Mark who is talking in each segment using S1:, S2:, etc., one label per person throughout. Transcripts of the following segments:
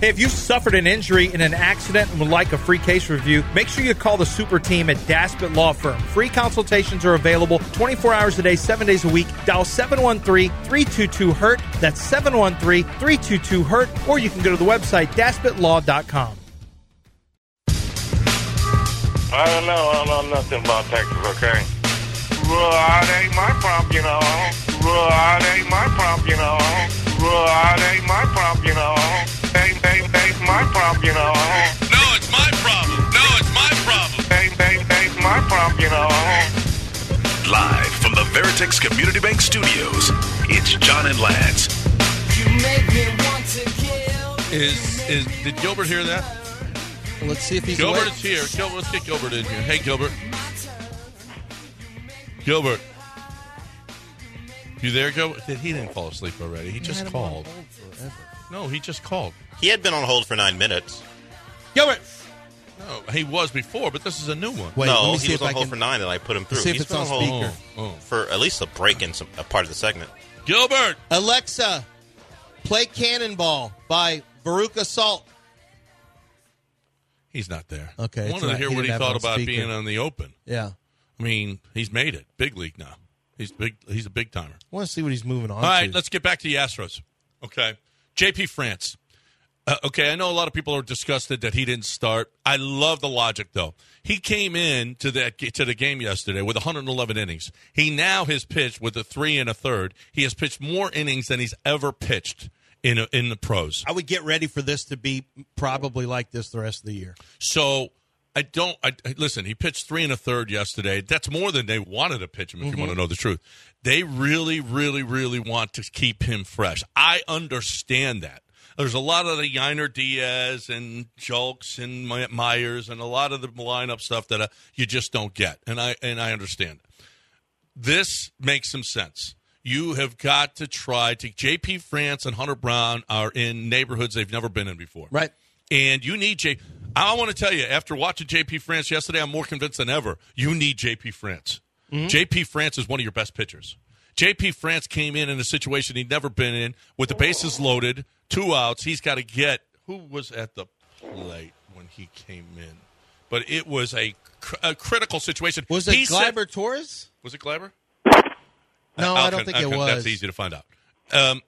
S1: Hey, if you suffered an injury in an accident and would like a free case review, make sure you call the super team at Daspit Law Firm. Free consultations are available 24 hours a day, 7 days a week. Dial 713-322-HURT. E That's 713-322-HURT. E Or you can go to the website daspitlaw.com.
S2: I don't know. I don't know nothing about Texas, okay? Well, it ain't my problem, you know. Well, it ain't my problem, you know. Well, it ain't my problem, you know. Ain't, ain't, ain't my problem, you know. No, it's my problem. No, it's my problem. Ain't, ain't, ain't my problem, you know.
S3: Live from the Veritex Community Bank Studios, it's John and Lance.
S4: Is is did Gilbert hear that?
S5: Let's see if he's
S4: Gilbert
S5: awake.
S4: is here. Gilbert, let's get Gilbert in here. Hey, Gilbert. Gilbert. You there, Gilbert? Did- He didn't fall asleep already. He just called. No, he just called.
S6: He had been on hold for nine minutes.
S4: Gilbert. No, he was before, but this is a new one.
S5: Wait, let
S6: no,
S5: me
S6: he
S5: see
S6: was
S5: if I
S6: on hold
S5: can.
S6: for nine, and I put him through.
S5: see if
S6: He's
S5: it's
S6: been
S5: on
S6: hold
S5: speaker.
S4: Oh.
S6: for at least a break in some a part of the segment.
S4: Gilbert.
S5: Alexa, play Cannonball by Baruch Assault.
S4: He's not there.
S5: Okay,
S4: I
S5: it's
S4: wanted
S5: all
S4: to
S5: right.
S4: hear
S5: He
S4: what
S5: didn't
S4: he
S5: have it
S4: thought
S5: on
S4: about
S5: speaker.
S4: being on the open.
S5: Yeah.
S4: I mean, he's made it. Big league now. He's big. He's a big timer.
S5: I want to see what he's moving on
S4: All right,
S5: to.
S4: let's get back to the Astros. Okay, JP France. Uh, okay, I know a lot of people are disgusted that he didn't start. I love the logic though. He came in to that to the game yesterday with 111 innings. He now has pitched with a three and a third. He has pitched more innings than he's ever pitched in a, in the pros.
S5: I would get ready for this to be probably like this the rest of the year.
S4: So I don't. I I- listen. He pitched three and a third yesterday. That's more than they wanted to pitch him. If you want to know the truth, they really, really, really want to keep him fresh. I understand that. There's a lot of the Yiner Diaz and Jolks and My- Myers and a lot of the lineup stuff that uh, you just don't get, and I and I understand. This makes some sense. You have got to try to. J.P. France and Hunter Brown are in neighborhoods they've never been in before.
S5: Right.
S4: And you need J. I want to tell you, after watching JP France yesterday, I'm more convinced than ever. You need JP France.
S5: Mm-hmm.
S4: JP France is one of your best pitchers. JP France came in in a situation he'd never been in with the bases loaded, two outs. He's got to get who was at the plate when he came in, but it was a, cr- a critical situation.
S5: Was it
S4: He said-
S5: Gleiber Torres?
S4: was it Glaber?
S5: No, I don't
S4: Alcon-
S5: think it
S4: Alcon-
S5: was.
S4: That's easy to find out. Um,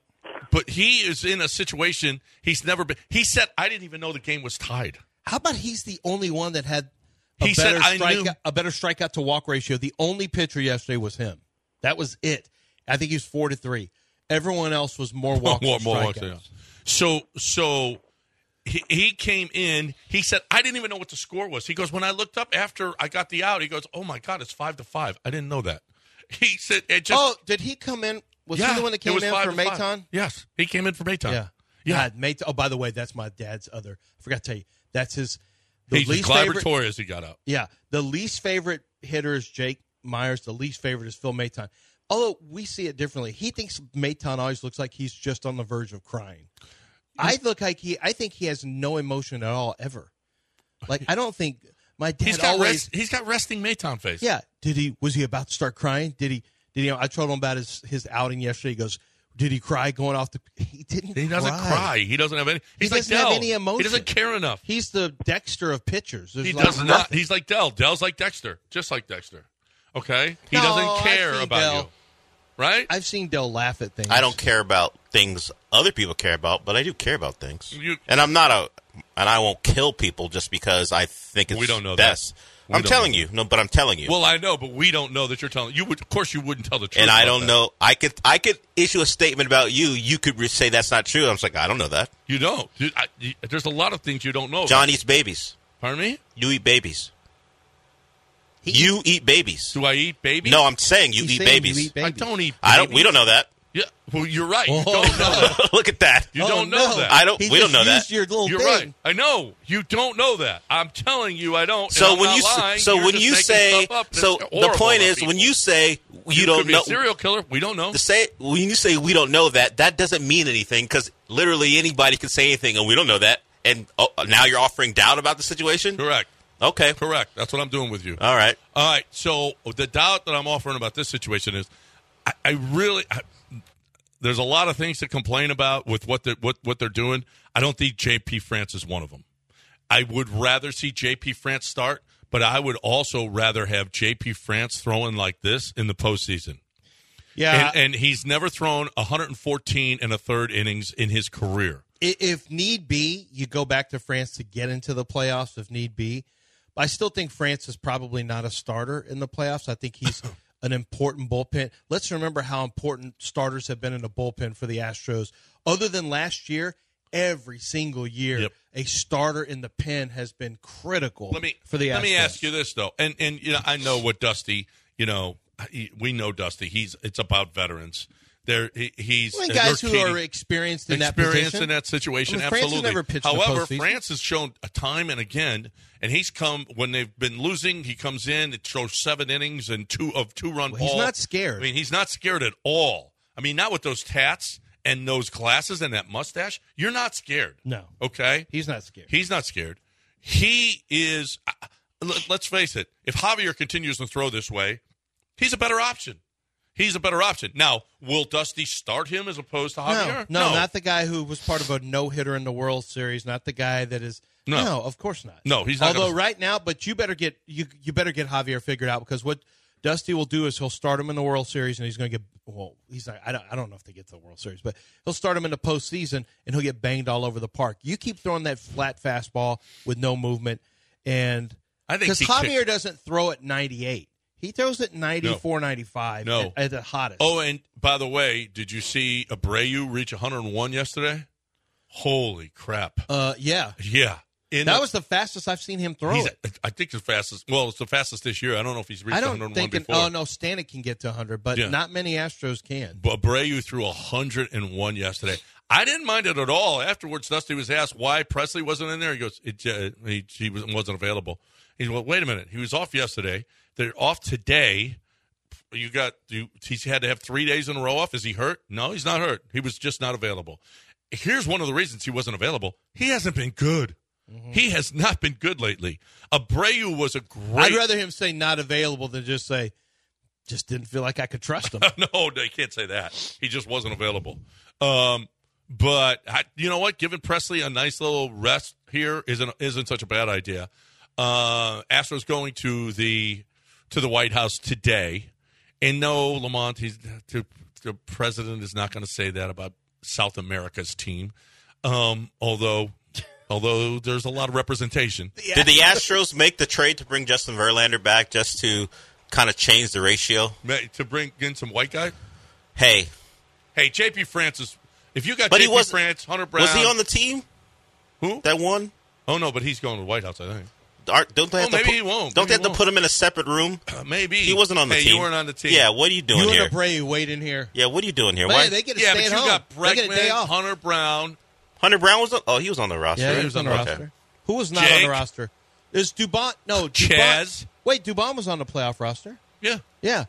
S4: but he is in a situation he's never been. He said, "I didn't even know the game was tied."
S5: How about he's the only one that had a
S4: He said,
S5: better
S4: "I
S5: strikeout,
S4: knew."
S5: a better strikeout to walk ratio. The only pitcher yesterday was him. That was it. I think he was four to three. Everyone else was more walks.
S4: More-
S5: than
S4: more walks,
S5: strikeouts.
S4: yeah. So so he, he came in. He said, "I didn't even know what the score was." He goes, "When I looked up after I got the out, he goes, "Oh my god, it's 5 to 5. I didn't know that." He said it just
S5: oh, did he come in? Was
S4: yeah,
S5: he the one that
S4: it
S5: came in
S4: was five
S5: for
S4: to five.
S5: Maton?
S4: Yes, he came in for Maton.
S5: Yeah.
S4: Yeah.
S5: God, Mayton. Oh, by the way, that's my dad's other. I forgot to tell you. That's his. The
S4: He's
S5: least
S4: Glaber
S5: favorite.
S4: Torres he got out.
S5: Yeah, the least favorite hitter is Jake Myers. The least favorite is Phil Maton. Although we see it differently, he thinks Maton always looks like he's just on the verge of crying. I look like he. I think he has no emotion at all ever. Like I don't think my dad
S4: He's got
S5: always.
S4: rest, he's got resting Maton face.
S5: Yeah. Did he? Was he about to start crying? Did he? Did he? I told him about his his outing yesterday. He goes, "Did he cry going off the?" He didn't.
S4: He doesn't cry. He doesn't have any. He's
S5: doesn't
S4: like
S5: have
S4: Dell.
S5: any emotion.
S4: He doesn't care enough. He,
S5: He's the Dexter of pitchers. There's like
S4: does not.
S5: nothing.
S4: He's like Dell. Dell's like Dexter, just like Dexter. Okay, he
S5: No, I've
S4: doesn't care
S5: seen
S4: about
S5: Dell.
S4: you, right?
S5: I've seen Dell laugh at things.
S6: I don't care about things other people care about, but I do care about things.
S4: You-
S6: and I'm not a, and I won't kill people just because I think it's
S4: We don't know that.
S6: best.
S4: We
S6: I'm
S4: don't
S6: telling
S4: know
S6: you, no, but I'm telling you.
S4: well, I know, but we don't know that you're telling. You would, of course, you wouldn't tell the truth.
S6: and I
S4: about
S6: don't
S4: that.
S6: know. I could, I could issue a statement about you. You could re- say that's not true. I'm just like, I don't know that.
S4: You don't. You- I- you- there's a lot of things you don't know. about.
S6: John eats babies.
S4: pardon me.
S6: You eat babies. you eat babies.
S4: Do I eat babies?
S6: No, I'm saying you
S5: He's
S6: eat
S5: saying you
S6: babies.
S5: eat babies.
S4: I don't eat. Babies.
S6: I don't. We don't know that.
S4: Yeah. Well, you're right. You don't know that.
S6: Look at that.
S4: You
S5: Oh,
S4: don't know
S5: no.
S4: that.
S6: I don't.
S5: He
S6: we don't
S5: just
S6: know that.
S5: used your little
S4: You're
S5: thing.
S4: right. I know you don't know that. I'm telling you, I don't. and
S6: so
S4: I'm
S6: when
S4: not
S6: you s-
S4: lying.
S6: so
S4: You're
S6: when
S4: just
S6: you
S4: making
S6: say
S4: stuff up that's
S6: so the
S4: horrible
S6: point
S4: on
S6: is
S4: people.
S6: when you say you,
S4: could
S6: don't
S4: be
S6: know
S4: a serial killer. We don't know.
S6: the say when you say we don't know that that doesn't mean anything because literally anybody can say anything and we don't know that and oh, now you're offering doubt about the situation.
S4: Correct.
S6: Okay.
S4: Correct. That's what I'm doing with you.
S6: All right.
S4: All right. So the doubt that I'm offering about this situation is, I, I really, I, There's a lot of things to complain about with what they're, what, what they're doing. I don't think J.P. France is one of them. I would rather see J.P. France start, but I would also rather have J.P. France throwing like this in the postseason.
S5: Yeah,
S4: And, and he's never thrown 114 and a third innings in his career.
S5: i- if need be, you go back to France to get into the playoffs if need be. But I still think France is probably not a starter in the playoffs. I think he's an important bullpen. Let's remember how important starters have been in the bullpen for the Astros. Other than last year, every single year,
S4: Yep.
S5: a starter in the pen has been critical
S4: Let me
S5: for the
S4: let
S5: Astros.
S4: me ask you this though, and and you know I know what Dusty, you know he, we know Dusty. He's it's about veterans. There he, he's
S5: I mean,
S4: they're
S5: guys who
S4: key-
S5: are experienced in that
S4: experience
S5: position.
S4: in that situation.
S5: I mean, France has
S4: absolutely.
S5: never pitched in the
S4: However,
S5: postseason.
S4: France has shown a time and again, and he's come when they've been losing. He comes in, it throws seven innings and two of two run
S5: he's
S4: ball.
S5: not scared.
S4: I mean, he's not scared at all. I mean, not with those tats and those glasses and that mustache. You're not scared.
S5: No.
S4: Okay.
S5: He's not scared.
S4: He's not scared. He is. I- I- let- Let's face it. If Javier continues to throw this way, he's a better option. He's a better option. Now, will Dusty start him as opposed to
S5: No,
S4: Javier?
S5: no, not the guy who was part of a no hitter in the World Series. Not the guy that is.
S4: No.
S5: No, of course not.
S4: No, he's not
S5: Although
S4: gonna-
S5: right now, but you better get you you better get Javier figured out because what Dusty will do is he'll start him in the World Series and he's going to get well. He's not. I don't. I don't know if they get to the World Series, but he'll start him in the postseason and he'll get banged all over the park. You keep throwing that flat fastball with no movement, and
S4: I think
S5: because
S4: he
S5: Javier
S4: kicked-
S5: doesn't throw at ninety eight, he throws at 94, 95
S4: No.
S5: at, at the hottest.
S4: Oh, and by the way, did you see Abreu reach 101 yesterday? Holy crap!
S5: uh, yeah.
S4: yeah, In
S5: That
S4: the-
S5: was the fastest I've seen him throw
S4: he's-
S5: it.
S4: I think the fastest. Well, it's the fastest this year. I don't know if he's reached
S5: I don't
S4: 101
S5: think. An,
S4: before.
S5: oh no, Stanek can get to 100, but
S4: Yeah.
S5: not many Astros can.
S4: But Abreu threw 101 yesterday. I didn't mind it at all. Afterwards, Dusty was asked why Presley wasn't in there. He goes, it, uh, he, he was- wasn't available. He well, wait a minute. He was off yesterday. They're off today. You got you, he's had to have three days in a row off. Is he hurt? No, he's not hurt. He was just not available. Here's one of the reasons he wasn't available. He hasn't been good.
S5: Mm-hmm.
S4: He has not been good lately. Abreu was a great.
S5: I'd rather him say not available than just say just didn't feel like I could trust him.
S4: no, they can't say that. He just wasn't available. Um, but I, you know what? Giving Presley a nice little rest here isn't isn't such a bad idea. Uh, Astros going to the to the White House today, and no, Lamont, he's the, the president is not going to say that about South America's team. Um, although, although there's a lot of representation.
S6: Did the Astros make the trade to bring Justin Verlander back just to kind of change the ratio?
S4: Ma- To bring in some white guy,
S6: Hey,
S4: hey, JP Francis, if you got
S6: But he
S4: JP
S6: wasn't-
S4: France, Hunter Brown,
S6: was he on the team
S4: who?
S6: that won?
S4: Oh no, but he's going to the White House, I think.
S6: Aren't- don't they have
S4: Well,
S6: to
S4: Oh, maybe
S6: put,
S4: he won't.
S6: Don't
S4: Maybe he
S6: they have to
S4: won't.
S6: put him in a separate room?
S4: Uh, Maybe
S6: He wasn't on the
S4: Hey,
S6: team.
S4: You weren't on the team.
S6: Yeah, what are you doing
S5: you
S6: here?
S5: and Abreu wait in here.
S6: yeah, what are you doing here?
S5: Man,
S6: Why?
S5: they get a
S4: yeah,
S5: stay
S4: but
S5: at
S4: you
S5: home.
S4: got
S5: they get a day
S4: Bregman,
S5: off.
S4: Hunter Brown.
S6: Hunter Brown was on. Oh, he was on the roster.
S5: yeah,
S6: right?
S5: he was on the
S6: Okay.
S5: roster. Who was not on
S4: Jake.
S5: the roster? Is Dubon? No,
S4: Chaz.
S5: Dubon. Wait, Dubon was on the playoff roster.
S4: Yeah,
S5: Yeah.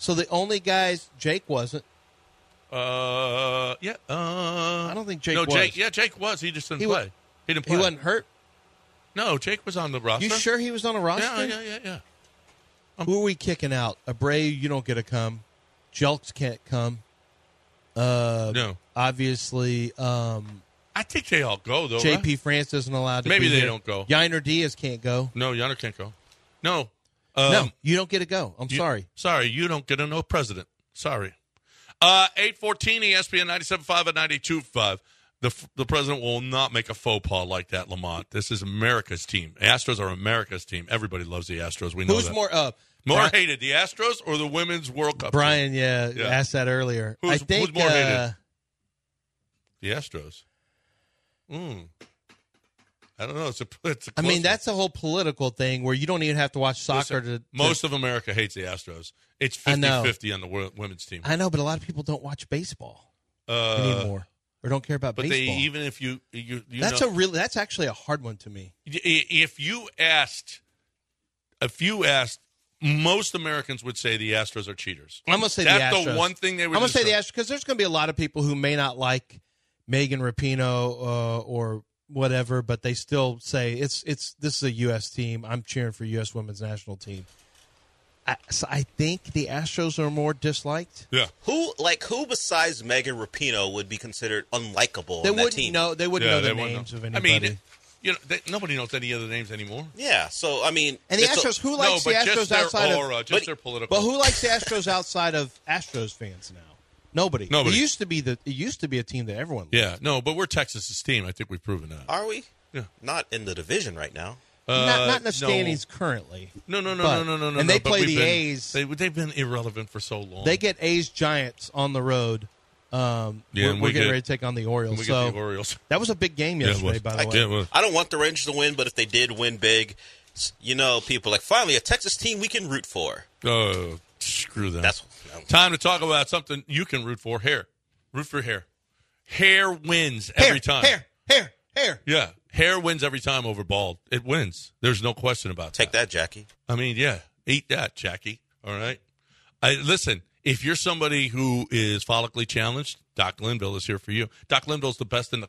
S5: So the only guys Jake wasn't.
S4: uh, yeah. Uh, I
S5: don't think Jake
S4: No,
S5: was.
S4: Jake. Yeah, Jake was. He just didn't
S5: He wa-
S4: play. he didn't play.
S5: He wasn't hurt.
S4: No, Jake was on the roster.
S5: You sure he was on the roster?
S4: Yeah, yeah, yeah, yeah.
S5: Who are we kicking out? Abreu, you don't get to come. Jelks can't come. Uh,
S4: No,
S5: obviously, um,
S4: I think they all go though.
S5: JP
S4: right?
S5: France isn't allowed to.
S4: Maybe
S5: be
S4: they
S5: here.
S4: don't go.
S5: Yiner Diaz can't go.
S4: No, Yonder can't go. No. Um,
S5: no, you don't get to go. I'm
S4: you-
S5: sorry.
S4: Sorry, you don't get a no president. Sorry. Uh, 814 ESPN 97.5 and 92.5. The, f- the president will not make a faux pas like that, Lamont. This is America's team. Astros are America's team. Everybody loves the Astros. We know
S5: Who's
S4: that.
S5: more? Uh,
S4: More
S5: Bri-
S4: hated, the Astros or the Women's World Cup?
S5: Brian, yeah,
S4: Yeah.
S5: asked that earlier.
S4: Who's-
S5: I think
S4: who's more
S5: uh,
S4: hated? team? The Astros. Mm. I don't know. It's a, it's a
S5: I
S4: close
S5: mean,
S4: one.
S5: that's a whole political thing where you don't even have to watch soccer
S4: Listen,
S5: to, to-
S4: most of America hates the Astros. It's
S5: I know.
S4: 50 50 on the wo- women's team.
S5: I know, but a lot of people don't watch baseball
S4: Uh,
S5: anymore or don't care about
S4: but
S5: baseball.
S4: they even if you you, you
S5: that's
S4: know,
S5: a real. That's actually a hard one to me.
S4: I- if you asked if you asked most Americans would say the Astros are cheaters.
S5: I'm gonna say
S4: That's
S5: the Astros.
S4: the one thing they would
S5: I'm gonna say the
S4: describe.
S5: Astros because there's gonna be a lot of people who may not like Megan Rapinoe uh, or whatever, but they still say it's it's this is a U.S. team. I'm cheering for U.S. Women's National Team. I, so I think the Astros are more disliked.
S4: Yeah.
S6: Who like who besides Megan Rapino would be considered unlikable
S5: They
S6: on that
S5: wouldn't
S6: team?
S5: know. They wouldn't
S4: yeah,
S5: know
S4: they
S5: the
S4: wouldn't
S5: names
S4: know.
S5: of anybody.
S4: I mean, it- you know, they, nobody knows any other names anymore.
S6: Yeah. So I mean,
S5: and the
S6: it's a-
S5: Astros. Who
S4: no,
S5: likes
S4: but
S5: the Astros
S4: just their
S5: outside
S4: aura,
S5: of?
S4: just
S6: but-
S4: their political.
S5: But who likes the Astros outside of Astros fans now? Nobody.
S4: Nobody.
S5: It used to be the. It used to be a team that everyone. Loved.
S4: Yeah, no, but we're Texas's team. I think we've proven that.
S6: are we?
S4: Yeah.
S6: Not in the division right now.
S4: Uh,
S5: not, not in the
S4: no.
S5: standings currently.
S4: No, no, no,
S5: But-
S4: no, no, no, no.
S5: and
S4: no,
S5: they
S4: but
S5: play
S4: we've
S5: the
S4: been,
S5: A's.
S4: They, they've been irrelevant for so long.
S5: They get A's Giants on the road. Um,
S4: Yeah,
S5: we're,
S4: and
S5: we're
S4: we
S5: getting
S4: get-
S5: ready to take on the Orioles.
S4: we
S5: so
S4: get the Orioles.
S5: that was a big game
S4: Yeah, it
S5: yesterday,
S4: was.
S5: by the way.
S4: Yeah, it was.
S6: I don't want the Rangers to win, but if they did win big, s- you know, people are like finally a Texas team we can root for.
S4: Oh, screw that.
S6: That's
S4: Time to talk about something you can root for. Hair. Root for hair. Hair wins
S5: Hair,
S4: every time.
S5: Hair, hair, hair.
S4: Yeah. Hair wins every time over bald. It wins. There's no question about
S6: take that, Jackie.
S4: I mean, yeah, eat that, Jackie. All right. I listen. If you're somebody who is follically challenged, Doc Linville is here for you. Doc Linville's the best in the.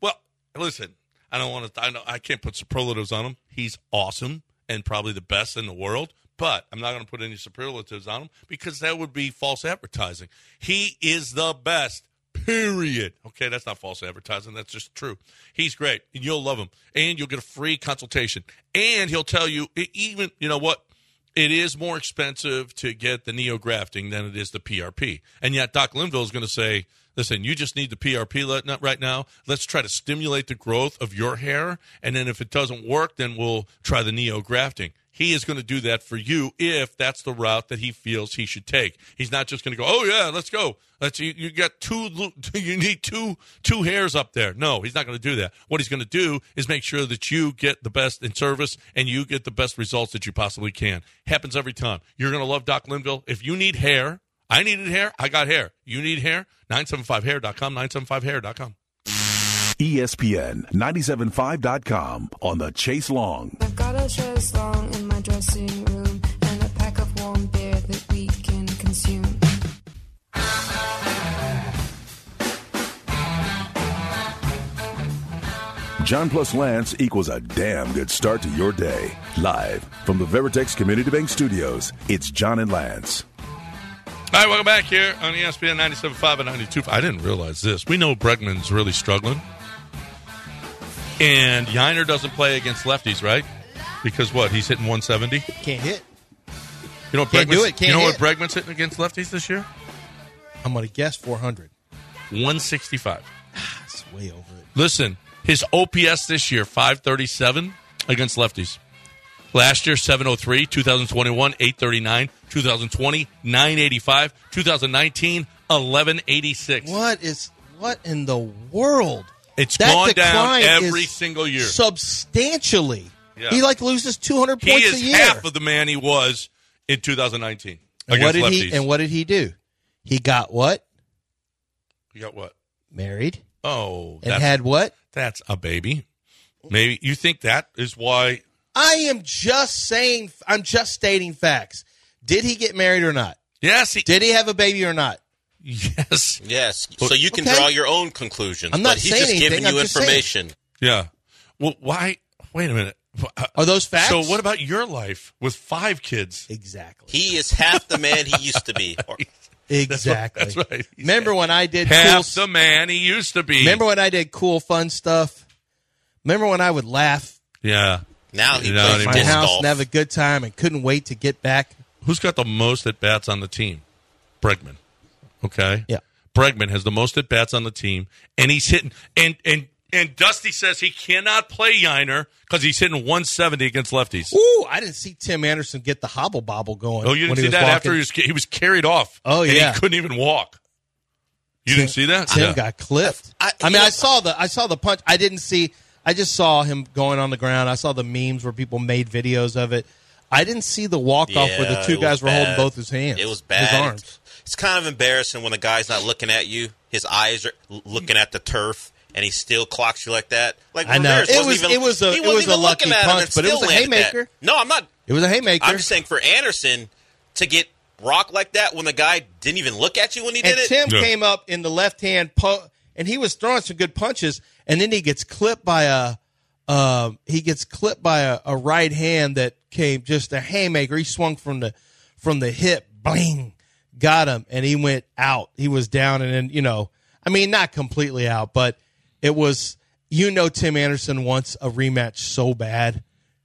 S4: Well, listen. I don't want to. I know I can't put superlatives on him. He's awesome and probably the best in the world. But I'm not going to put any superlatives on him because that would be false advertising. He is the best. Period. Okay, that's not false advertising. That's just true. He's great, and you'll love him, and you'll get a free consultation, and he'll tell you e- even you know what it is more expensive to get the neo grafting than it is the PRP, and yet Doc Linville is going to say, "Listen, you just need the PRP let- not right now. Let's try to stimulate the growth of your hair, and then if it doesn't work, then we'll try the neo grafting." He is going to do that for you if that's the route that he feels he should take. He's not just going to go, "Oh yeah, let's go." Let's you, you got two lo- you need two two hairs up there. No, he's not going to do that. What he's going to do is make sure that you get the best in service and you get the best results that you possibly can. Happens every time. You're going to love Doc Linville. If you need hair, I needed hair, I got hair. You need hair? 975hair.com 975hair.com.
S3: E ESPN 975.com on the Chase Long.
S7: I've got a dress long in my dressing room and a pack of warm beer that we can consume.
S3: John plus Lance equals a damn good start to your day. Live from the Veritex Community Bank Studios, it's John and Lance.
S4: All right, welcome back here on E ESPN 97.5 and 92. I didn't realize this. We know Bregman's really struggling. And Yiner doesn't play against lefties, right? Because what? He's hitting 170? You
S5: Can't hit.
S4: know what
S5: Can't
S4: Bregman's-
S5: do it, can't
S4: you know what
S5: hit.
S4: Bregman's hitting against lefties this year?
S5: I'm going to guess 400.
S4: 165.
S5: That's way over it.
S4: Listen, his OPS this year, 537 against lefties. Last year, 703, 2021, 839, 2020, 985, 2019, 1186.
S5: What is what in the world?
S4: It's
S5: It's
S4: gone down every single year.
S5: substantially.
S4: Yeah.
S5: He like loses two hundred
S4: He
S5: points a
S4: is
S5: year.
S4: half of the man he was in 2019
S5: and
S4: against
S5: what did
S4: lefties.
S5: he? And what did he do? He got what
S4: You got what?
S5: married
S4: Oh,
S5: and
S4: that's,
S5: had what?
S4: that's a baby. Maybe you think that is why
S5: I am just saying. I'm just stating facts. Did he get married or not?
S4: Yes, he,
S5: Did he have a baby or not?
S4: yes.
S6: Yes. so you can
S5: Okay.
S6: draw your own conclusions.
S5: I'm not
S6: but he's
S5: saying
S6: just giving
S5: anything, I'm
S6: you
S5: just saying.
S6: information.
S4: Yeah. Well, why wait a minute. uh,
S5: Are those facts?
S4: So what about your life with 5 kids?
S5: exactly?
S6: He is half the man he used to be. Or-
S5: Exactly.
S4: that's right. He's
S5: Remember when I did cool
S4: Half the man he used to be.
S5: Remember when I did cool, fun stuff? Remember when I would laugh
S4: Yeah.
S6: now he
S4: You know
S6: plays
S4: what I
S5: my
S4: mean?
S6: disc
S5: house
S6: golf.
S5: and have a good time and couldn't wait to get back?
S4: Who's got the most at bats on the team? Bregman. Okay.
S5: Yeah.
S4: Bregman has the most at bats on the team, and he's hitting. And and and Dusty says he cannot play Yiner because he's hitting 170 against lefties.
S5: Ooh, I didn't see Tim Anderson get the hobble bobble going.
S4: Oh, you
S5: when
S4: didn't see
S5: was
S4: that
S5: walking.
S4: after he was he was carried off.
S5: Oh,
S4: and
S5: yeah.
S4: he couldn't even walk. You didn't see that?
S5: Tim
S4: Yeah.
S5: got clipped.
S6: I-
S5: I,
S6: you
S5: mean,
S6: know-
S5: I saw the I saw the punch. I didn't see. I just saw him going on the ground. I saw the memes where people made videos of it. I didn't see the walk off where
S6: Yeah,
S5: the two
S6: it was
S5: guys were
S6: bad.
S5: holding both his hands.
S6: It was
S5: His
S6: bad.
S5: arms.
S6: It's kind of embarrassing when the guy's not looking at you. His eyes are l- looking at the turf, and he still clocks you like that. Like
S5: I know.
S6: Ramirez
S5: It
S6: wasn't
S5: was-
S6: even-
S5: it was a-
S6: he
S5: it
S6: wasn't
S5: was a
S6: even
S5: lucky
S6: looking at him and
S5: punch, but it
S6: still
S5: was a
S6: landed that.
S5: haymaker.
S6: No, I'm not.
S5: It was a haymaker.
S6: I'm just saying for Anderson to get rocked like that when the guy didn't even look at you when he
S5: and
S6: did it.
S5: Tim
S4: Yeah.
S5: came up in the left hand po- and he was throwing some good punches, and then he gets clipped by a uh, he gets clipped by a, a right hand that came just a haymaker. He swung from the from the hip, bling, got him, and he went out. He was down, and then you know, I mean, not completely out, but it was. You know, Tim Anderson wants a rematch so bad.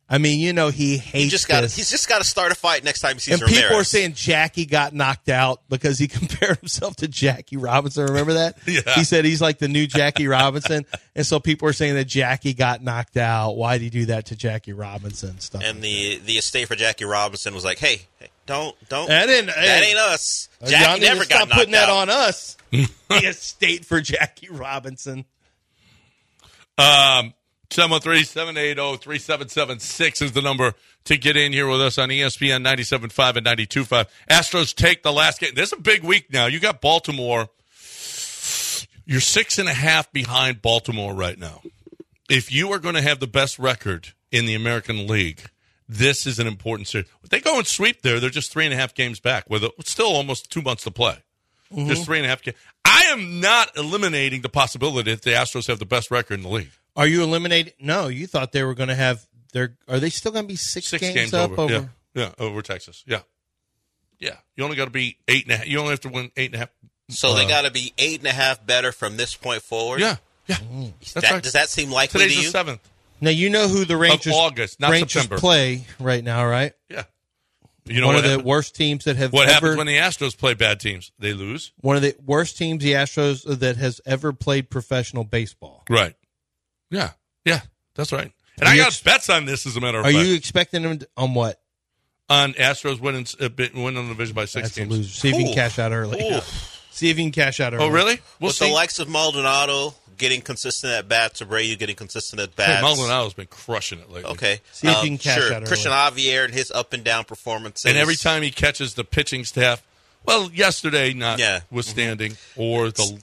S5: I mean, you know, he hates.
S6: He just got.
S5: this.
S6: He's just got to start a fight next time he sees
S5: And
S6: Ramirez.
S5: people are saying Jackie got knocked out because he compared himself to Jackie Robinson. Remember that?
S4: Yeah.
S5: He said he's like the new Jackie Robinson. and so people are saying that Jackie got knocked out. Why'd he do that to Jackie Robinson? Stuff.
S6: and the the estate for Jackie Robinson was like, "Hey, hey, don't, don't.
S5: That ain't-
S6: that
S5: hey.
S6: ain't us.
S5: Oh, Y'all
S6: Jackie
S5: need to
S6: never got
S5: stop
S6: knocked
S5: putting that
S6: out.
S5: on us. the estate for Jackie Robinson.
S4: Um, oh, 713-780-3776 is the number to get in here with us on E ESPN 97.5 and 92.5. Astros take the last game. There's a big week now. You got Baltimore. You're six and a half behind Baltimore right now. If you are going to have the best record in the American League, this is an important series. If they go and sweep there, they're just three and a half games back with a, still almost two months to play. Just three and a half games. I am not eliminating the possibility that the Astros have the best record in the league.
S5: Are you eliminated? No, you thought they were going to have. They're, are they still going to be six,
S4: six
S5: games,
S4: games,
S5: up
S4: over. Yeah, yeah, over Texas. Yeah, yeah. You only got to be eight and a half. You only have to win eight and a half.
S6: So they got to be eight and a half better from this point forward.
S4: Yeah, yeah.
S5: Mm.
S6: That-
S4: That's right.
S6: Does that seem likely
S4: Today's
S6: to
S4: the
S6: you?
S4: seventh.
S5: Now you know who the Rangers
S4: August, not
S5: Rangers
S4: September.
S5: play right now, right?
S4: Yeah. You know
S5: One
S4: what?
S5: of the
S4: happen-
S5: worst teams that have
S4: what
S5: ever
S4: happens when the Astros play bad teams? They lose.
S5: one of the worst teams the Astros that has ever played professional baseball.
S4: Right. Yeah. Yeah. That's right. And
S5: Are
S4: I
S5: you
S4: got
S5: ex-
S4: bets on this, as a matter of
S5: Are
S4: fact.
S5: you expecting them to, on what?
S4: on Astros winning uh, bi- winning the division by six
S5: That's a
S4: games?
S5: loser. See if you can
S6: Ooh.
S5: cash out early.
S6: Ooh.
S5: See if you can cash out early.
S4: Oh, really? We'll
S6: With
S4: see.
S6: the likes of Maldonado getting consistent at bats, Abreu getting consistent at
S4: hey,
S6: bats.
S4: Maldonado's been crushing it lately.
S6: Okay. Um,
S5: See if you can cash
S6: sure.
S5: out early.
S6: Christian Javier and his up and down performances.
S4: And every time he catches the pitching staff, well, yesterday not
S6: Yeah.
S5: Mm-hmm.
S4: withstanding, or the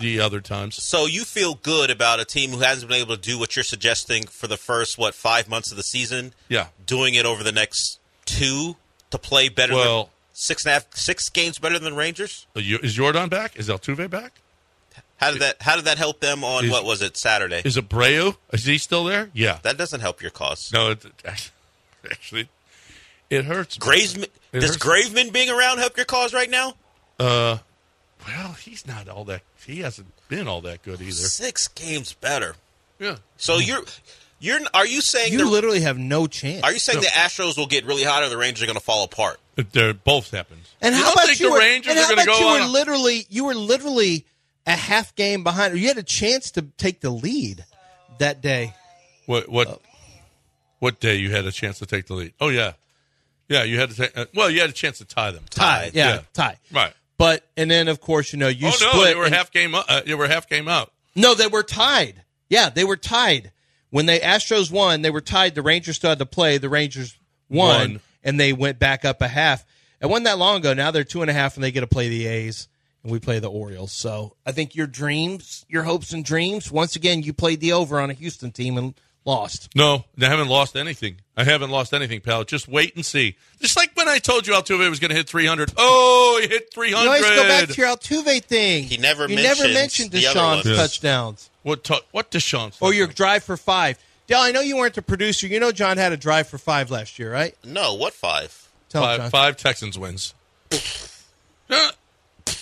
S4: the other times.
S6: So you feel good about a team who hasn't been able to do what you're suggesting for the first what five months of the season?
S4: Yeah.
S6: doing it over the next two to play better.
S4: Well-
S6: than, six and a half, six games better than Rangers.
S4: Are you- Is Jordan back? Is Altuve back?
S6: How did that? How did that help them on
S4: Is-
S6: what was it Saturday?
S4: Is Abreu? Is he still there? Yeah.
S6: that doesn't help your cause.
S4: No, it, actually, it hurts.
S6: Graveman,
S4: It
S6: does
S4: hurts.
S6: Graveman being around help your cause right now?
S4: Uh, well, he's not all that. He hasn't been all that good either.
S6: Six games better.
S4: Yeah.
S6: So you're, you're. Are you saying?
S5: You
S6: the,
S5: literally have no chance.
S6: are you saying the Astros will get really hot or the Rangers are going to fall apart?
S4: They're both happened.
S5: and
S4: You
S5: how
S4: don't
S5: about
S4: think
S5: you
S4: the
S5: were,
S4: Rangers
S5: and
S4: are
S5: how
S4: gonna
S5: about
S4: go
S5: you
S4: on
S5: were
S4: a-
S5: literally you were literally a half game behind. You had a chance to take the lead that day.
S4: What what what day you had a chance to take the lead? Oh yeah, yeah. You had to take. Uh, well, you had a chance to tie them.
S5: Tie, yeah,
S4: Yeah.
S5: tie.
S4: Right.
S5: But and then of course you know you
S4: oh
S5: split.
S4: no, they were
S5: and-
S4: half game. Up, uh, they were half game out.
S5: No, they were tied. Yeah, they were tied. When the Astros won, they were tied. The Rangers still had to play. The Rangers won,
S4: Won.
S5: and they went back up a half. It wasn't that long ago. Now they're two and a half, and they get to play the A's, and we play the Orioles. So I think your dreams, your hopes and dreams, once again, you played the over on a Houston team and lost.
S4: No, I haven't lost anything. I haven't lost anything, pal. Just wait and see. Just like when I told you Altuve was going to hit 300. Oh, he hit 300.
S5: You always go back to your Altuve thing.
S6: He never
S5: you never
S6: mentions
S5: mentioned
S6: the other
S5: Deshaun's
S6: ones.
S5: touchdowns
S4: what, ta- what Deshaun's?
S5: or your drive for five. Dale, I know you weren't the producer. You know John had a drive for five last year, right?
S6: No, what five?
S5: Tell him, John.
S4: five, five Texans wins. Yeah.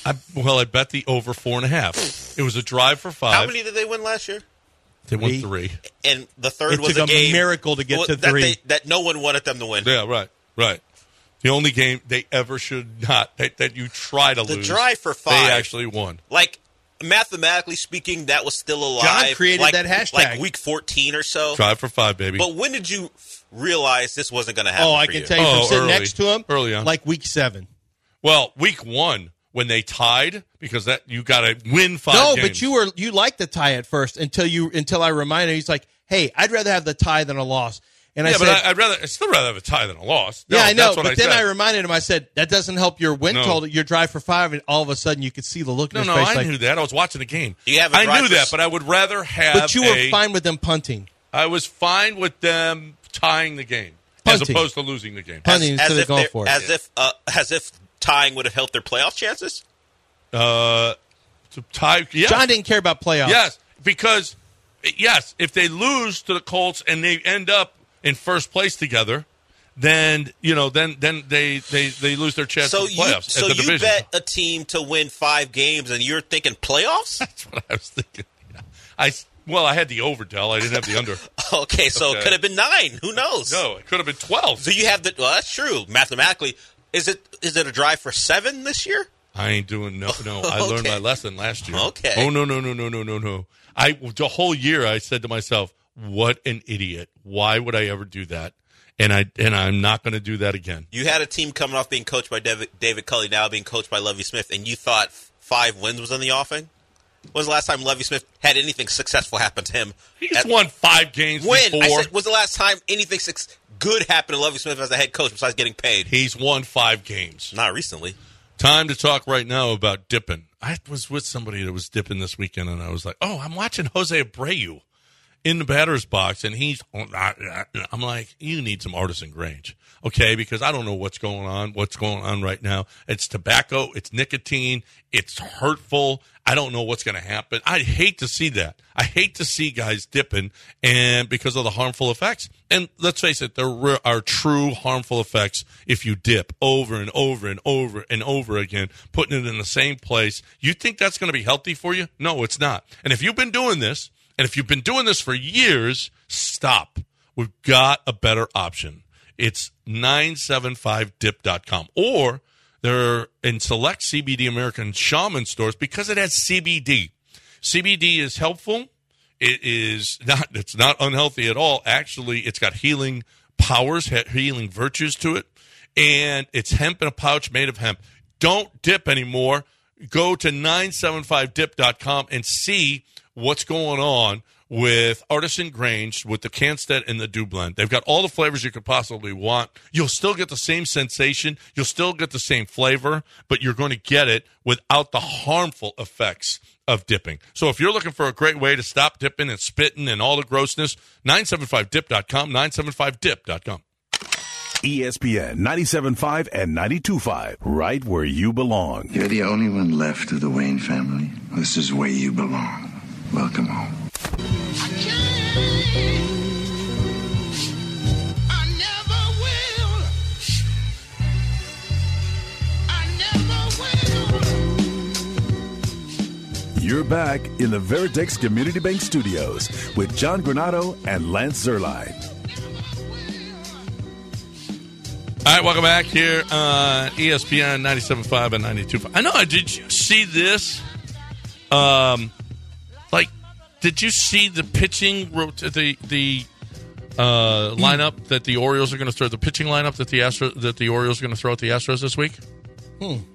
S4: I, well, I bet the over four and a half. It was a drive for five.
S6: How many did they win last year?
S4: They won
S5: Three.
S4: three.
S6: And the third
S5: It
S6: was
S5: took a
S6: game
S5: miracle to get
S6: wa-
S5: to
S6: that
S5: three.
S6: They, that no one wanted them to win.
S4: Yeah, right, right. The only game they ever should not that, that you try to
S6: The
S4: lose.
S6: drive for
S4: They
S6: five.
S4: actually won.
S6: Like mathematically speaking, that was still alive.
S5: created
S6: like,
S5: that hashtag.
S6: like week fourteen or so.
S4: Drive for five, baby.
S6: But when did you f- realize this wasn't going to happen?
S5: Oh, I
S6: for
S5: can
S6: you?
S5: tell you
S4: Oh,
S5: from sitting
S4: early.
S5: next to him
S4: Early on.
S5: like week seven.
S4: Well, week one when they tied because that you got to win five.
S5: no,
S4: games.
S5: but you were you liked the tie at first until you until I reminded him. He's like, "Hey, I'd rather have the tie than a loss." And I
S4: yeah,
S5: said,
S4: but I, I'd rather I'd still rather have a tie than a loss. No,
S5: "Yeah, I know."
S4: that's what
S5: But then
S4: said.
S5: I reminded him. I said, "That doesn't help your win
S4: No.
S5: total. Your drive for five, and all of a sudden you could see the look in
S4: no,
S5: his
S4: no,
S5: face.
S4: I
S5: like,
S4: knew that. I was watching the game.
S6: You have a
S4: I
S6: drive
S4: knew
S6: for-
S4: that, but I would rather have.
S5: but you were
S4: a-
S5: fine with them punting.
S4: I was fine with them tying the game as
S5: Punting.
S4: opposed to losing the game.
S5: Punting.
S6: as,
S5: instead
S6: as
S5: of
S6: if
S5: going
S6: they're-
S5: for it.
S6: as if uh, as if tying would have helped their playoff chances.
S4: Uh, to tie. Yeah.
S5: John didn't care about playoffs.
S4: Yes, because yes, if they lose to the Colts and they end up in first place together, then you know then then they they, they lose their chance
S6: So
S4: at the
S6: you,
S4: playoffs
S6: so
S4: at the
S6: you
S4: division.
S6: bet a team to win five games, and you're thinking playoffs?
S4: That's what I was thinking. Yeah. I well, I had the over, Dell. I didn't have the under.
S6: okay, so
S4: Okay.
S6: it could have been nine. Who knows?
S4: No, it could have been twelve.
S6: So you have the. Well, that's true. Mathematically, is it is it a drive for seven this year?
S4: I ain't doing no no. I learned
S6: Okay.
S4: my lesson last year.
S6: Okay.
S4: Oh no no no no no no no. I the whole year I said to myself, "What an idiot! Why would I ever do that?" And I and I'm not going to do that again.
S6: You had a team coming off being coached by David, David Culley, now being coached by Levy Smith, and you thought f- five wins was in the offing. When was the last time Levy Smith had anything successful happen to him?
S4: He just
S6: At-
S4: won five games
S6: When
S4: before.
S6: I said, was the last time anything suc- good happened to Levy Smith as a head coach besides getting paid?
S4: He's won five games.
S6: Not recently.
S4: Time to talk right now about dipping. I was with somebody that was dipping this weekend, and I was like, "Oh, I'm watching Jose Abreu in the batter's box, and he's." oh, I'm like, "You need some artisan Grange, okay?" Because I don't know what's going on. What's going on right now? It's tobacco. It's nicotine. It's hurtful. I don't know what's going to happen. I hate to see that. I hate to see guys dipping, and because of the harmful effects. And let's face it, there re- are true harmful effects if you dip over and over and over and over again, putting it in the same place. You think that's going to be healthy for you? No, it's not. And if you've been doing this, and if you've been doing this for years, stop. We've got a better option. It's 975dip.com or they're in select CBD American Shaman stores because it has CBD. CBD is helpful. It is not. It's not unhealthy at all. Actually, it's got healing powers, he- healing virtues to it, and it's hemp in a pouch made of hemp. Don't dip anymore. Go to 975dip.com and see what's going on with Artisan Grange, with the Canstead and the Dew Blend. They've got all the flavors you could possibly want. You'll still get the same sensation. You'll still get the same flavor, but you're going to get it without the harmful effects of dipping. So if you're looking for a great way to stop dipping and spitting and all the grossness, 975dip.com, 975dip.com.
S3: E ESPN 97.5 and 92.5, right where you belong.
S8: You're the only one left of the Wayne family. This is where you belong. Welcome home.
S3: You're back in the Veritex Community Bank Studios with John Granado and Lance Zerline.
S4: All right, welcome back here on E ESPN 97.5 and 92.5. I know, I did you see this? Um, like, did you see the pitching, rot- the, the, uh, lineup that the Orioles are going to throw, the pitching lineup that the Astro, that the Orioles are going to throw at the Astros this week?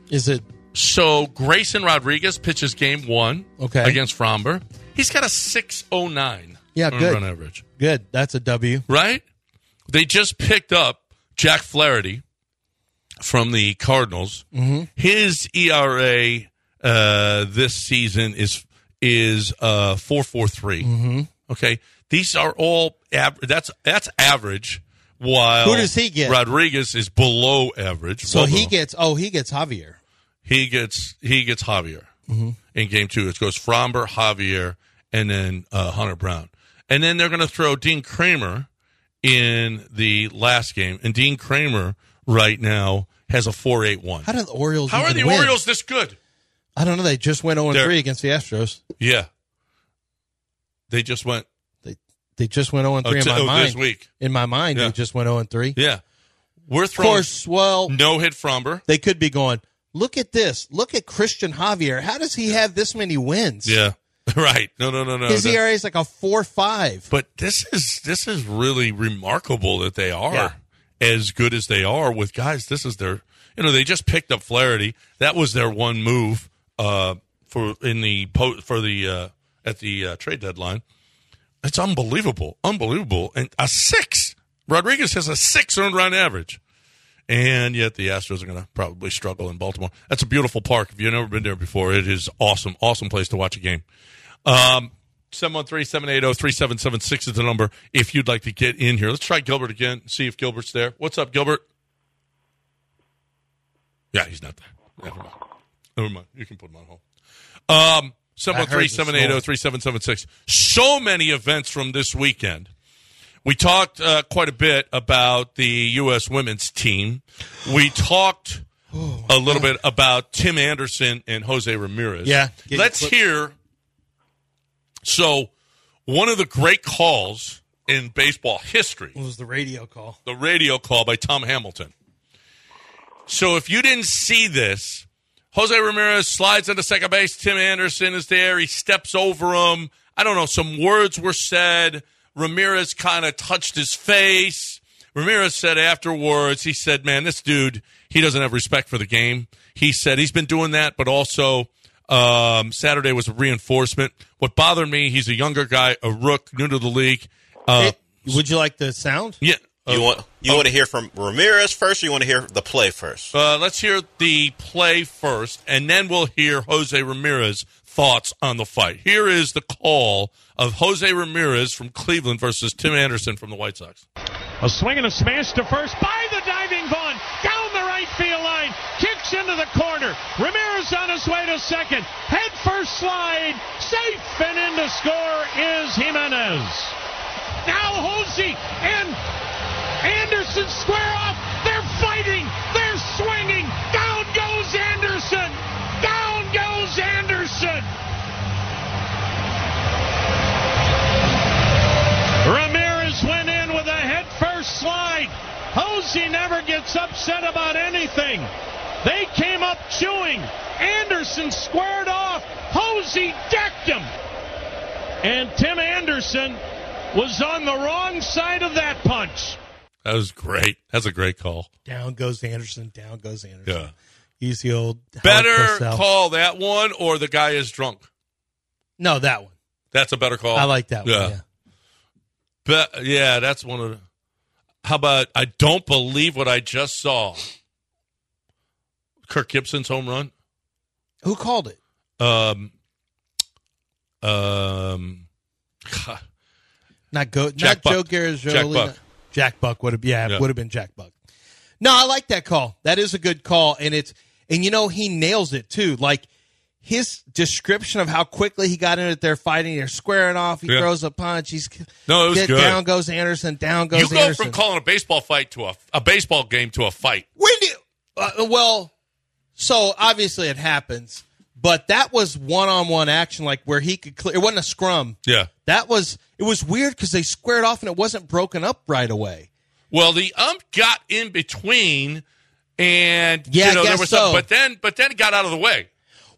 S5: Is it
S4: So Grayson Rodriguez pitches game one
S5: Okay.
S4: against Fromber. He's got a 609
S5: Yeah,
S4: earned
S5: good.
S4: run average,
S5: good? That's a W.
S4: right? They just picked up Jack Flaherty from the Cardinals.
S5: Mm-hmm.
S4: His ERA uh, this season is is uh, 443.
S5: Mm-hmm.
S4: Okay. These are all aver- that's that's average while
S5: Who does he get?
S4: Rodriguez is below average.
S5: So
S4: Well
S5: he
S4: below
S5: gets oh he gets Javier.
S4: he gets he gets Javier
S5: Mm-hmm.
S4: in game two. It goes Fromber, Javier, and then uh, Hunter Brown, and then they're going to throw Dean Kramer in the last game. And Dean Kramer right now has a four eight one.
S5: How did the Orioles?
S4: How are
S5: even
S4: the
S5: win?
S4: Orioles this good?
S5: I don't know. They just went zero
S4: They're-
S5: three against the Astros.
S4: Yeah, they just went.
S5: They they just went zero
S4: Oh,
S5: three in
S4: t-
S5: my
S4: oh,
S5: mind.
S4: this week.
S5: In my mind,
S4: Yeah.
S5: they just went zero three.
S4: Yeah, we're
S5: Of
S4: throwing
S5: course, well,
S4: no hit Fromber.
S5: they could be going. Look at this. Look at Christian Javier. How does he have this many wins?
S4: Yeah, right. No, no, no, no.
S5: His
S4: That's-
S5: ERA is like a four five.
S4: But this is this is really remarkable that they are
S5: Yeah.
S4: as good as they are with guys. This is their you know they just picked up Flaherty. That was their one move uh, for in the po- for the uh, at the uh, trade deadline. It's unbelievable, unbelievable, and a six. Rodriguez has a six earned run average, and yet the Astros are going to probably struggle in Baltimore. That's a beautiful park. If you've never been there before, it is awesome, awesome place to watch a game. Um, oh, 713-780-3776 is the number if you'd like to get in here. Let's try Gilbert again, see if Gilbert's there. What's up, Gilbert? Yeah, he's not there. Never mind. Never mind. You can put him on hold. Um,
S5: I heard the
S4: 713-780-3776. So many events from this weekend. We talked uh, quite a bit about the U.S. women's team. We talked a little bit about Tim Anderson and Jose Ramirez.
S5: Yeah. Get your
S4: Let's
S5: clip.
S4: hear. So, one of the great calls in baseball history
S5: It was the radio call.
S4: the radio call by Tom Hamilton. So if you didn't see this, Jose Ramirez slides into second base. Tim Anderson is there. He steps over him. I don't know. Some words were said. Ramirez kind of touched his face. Ramirez said afterwards, he said, Man, this dude, he doesn't have respect for the game. He said he's been doing that, but also um, Saturday was a reinforcement. What bothered me, he's a younger guy, a rook, new to the league. Uh,
S5: Hey, would you like the sound?
S4: yeah.
S6: You
S4: uh,
S6: want you want to hear from Ramirez first, or you want to hear the play first?
S4: Uh, let's hear the play first, and then we'll hear Jose Ramirez' thoughts on the fight. Here is the call of Jose Ramirez from Cleveland versus Tim Anderson from the White Sox.
S9: A swing and a smash to first by the diving Vaughn. Down the right field line. Kicks into the corner. Ramirez on his way to second. Head first slide. Safe and in to score is Jimenez. Now Hosey and Anderson square off. They're fighting. They're swinging. Down goes Anderson. Down goes Anderson. Ramirez went in with a head first slide. Hosey never gets upset about anything. They came up chewing. Anderson squared off. Hosey decked him. And Tim Anderson was on the wrong side of that punch.
S4: That was great. That's a great call.
S5: Down goes Anderson. Down goes Anderson.
S4: Yeah.
S5: He's the old Howard
S4: Better
S5: Cosell.
S4: call that one, or the guy is drunk.
S5: No, that one.
S4: That's a better call.
S5: I like that
S4: Yeah,
S5: one. Yeah.
S4: Be- yeah that's one of. The- How about I don't believe what I just saw? Kirk Gibson's home run.
S5: Who called it?
S4: Um. Um. God.
S5: Not go.
S4: Jack
S5: not
S4: Buck.
S5: Joe Garagiola.
S4: Jack Buck.
S5: Jack Buck would have. Yeah,
S4: Yeah.
S5: it would have been Jack Buck. No, I like that call. That is a good call, and it's and you know he nails it too. Like his description of how quickly he got in it. They're fighting. They're squaring off. He
S4: Yeah.
S5: throws a punch. He's
S4: No, it was
S5: Get-
S4: good.
S5: Down goes Anderson. Down goes
S4: You go
S5: Anderson.
S4: from calling a baseball fight to a, a baseball game to a fight.
S5: When do uh, well, so obviously it happens, but that was one-on-one action, like where he could clear. It wasn't a scrum.
S4: Yeah.
S5: That was it was weird because they squared off and it wasn't broken up right away.
S4: Well, the ump got in between, and
S5: Yeah,
S4: you
S5: I
S4: know there
S5: guess
S4: was
S5: so.
S4: some, but then but then it got out of the way.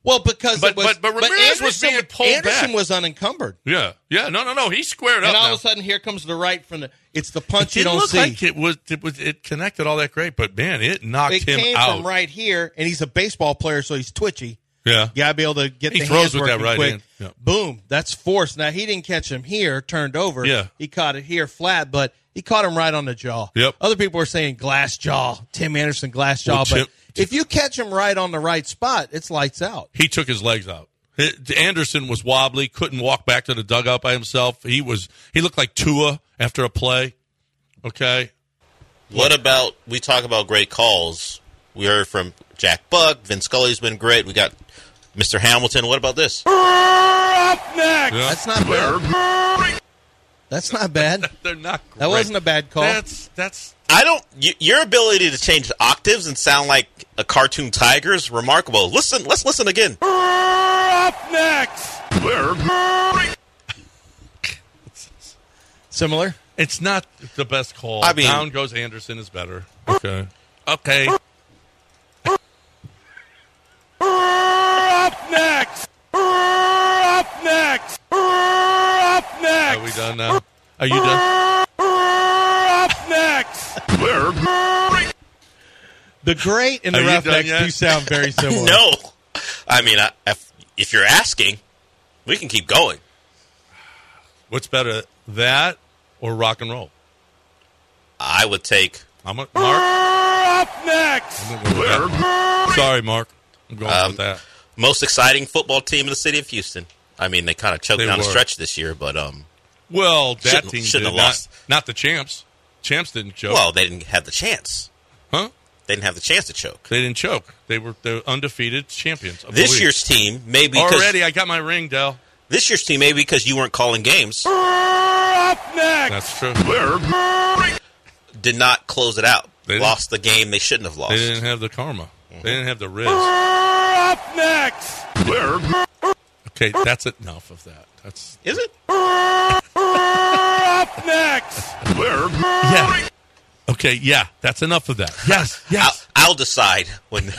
S5: Well, because
S4: But-
S5: it was,
S4: but- but Ramirez was
S5: Anderson-
S4: being pulled
S5: Anderson
S4: back.
S5: was unencumbered,
S4: Yeah, yeah, no, no, no. He squared
S5: and
S4: up.
S5: all
S4: now.
S5: of a sudden here comes the right from the. It's the
S4: it
S5: punch you
S4: didn't
S5: don't
S4: look
S5: see.
S4: like it was it was it connected all that great, but man, it knocked
S5: it
S4: him
S5: came
S4: out.
S5: from right here, and he's a baseball player, so he's twitchy.
S4: Yeah,
S5: You gotta be able to get
S4: He
S5: the
S4: throws
S5: hands
S4: with that
S5: working
S4: right
S5: quick.
S4: hand. Yeah.
S5: Boom, that's force. Now he didn't catch him here, turned over.
S4: Yeah.
S5: he caught it here flat, but he caught him right on the jaw.
S4: Yep.
S5: Other people were saying glass jaw, Tim Anderson glass jaw,
S4: Well,
S5: but
S4: Tim-
S5: if you catch him right on the right spot, it's lights out.
S4: he took his legs out. It- Anderson was wobbly, couldn't walk back to the dugout by himself. He was he looked like Tua after a play. Okay,
S6: What about we talk about great calls? We heard from Jack Buck, Vin Scully's been great. We got Mr. Hamilton. What about this?
S4: Yeah.
S5: That's not bad. That's not bad.
S4: They're not. Great.
S5: That wasn't a bad call.
S4: That's that's
S6: I don't. Y- your ability to change octaves and sound like a cartoon tiger is remarkable. Listen, let's listen again.
S5: Similar.
S4: It's not the best call.
S6: I mean-
S4: Down goes Anderson is better. Okay. Okay. up next. up next. up next. Are we done now? Are you done?
S5: The great and
S4: Are
S5: the
S4: you
S5: rough
S4: done yet?
S5: do sound very similar.
S6: No, I mean, I, if, if you're asking, we can keep going.
S4: What's better, that or rock and roll?
S6: I would take.
S4: I'm a, Mark. Up next. I'm gonna go with that. Sorry, Mark. I'm going
S6: Um,
S4: with that.
S6: most exciting football team in the city of Houston. I mean, they kind of choked
S4: They
S6: down
S4: were.
S6: a stretch this year, but um,
S4: Well, that
S6: shouldn't-
S4: team
S6: shouldn't
S4: did
S6: have
S4: not,
S6: lost.
S4: Not the champs. Champs didn't choke.
S6: well, they didn't have the chance.
S4: huh?
S6: They didn't have the chance to choke.
S4: They didn't choke. They were the undefeated champions. Of the
S6: This
S4: league.
S6: year's team, maybe because
S4: already, I got my ring, Dell.
S6: this year's team, maybe because you weren't calling games.
S4: Up
S9: back.
S4: That's true.
S6: Did not close it out.
S4: They didn't-
S6: lost the game they shouldn't have lost.
S4: They didn't have the karma. They didn't have the riz.
S9: Up next.
S4: Okay, that's enough of that. That's
S6: Is it?
S9: Up next.
S4: yeah. Okay, yeah, that's enough of that. Yes,
S6: I'll,
S4: yes.
S6: I'll decide when.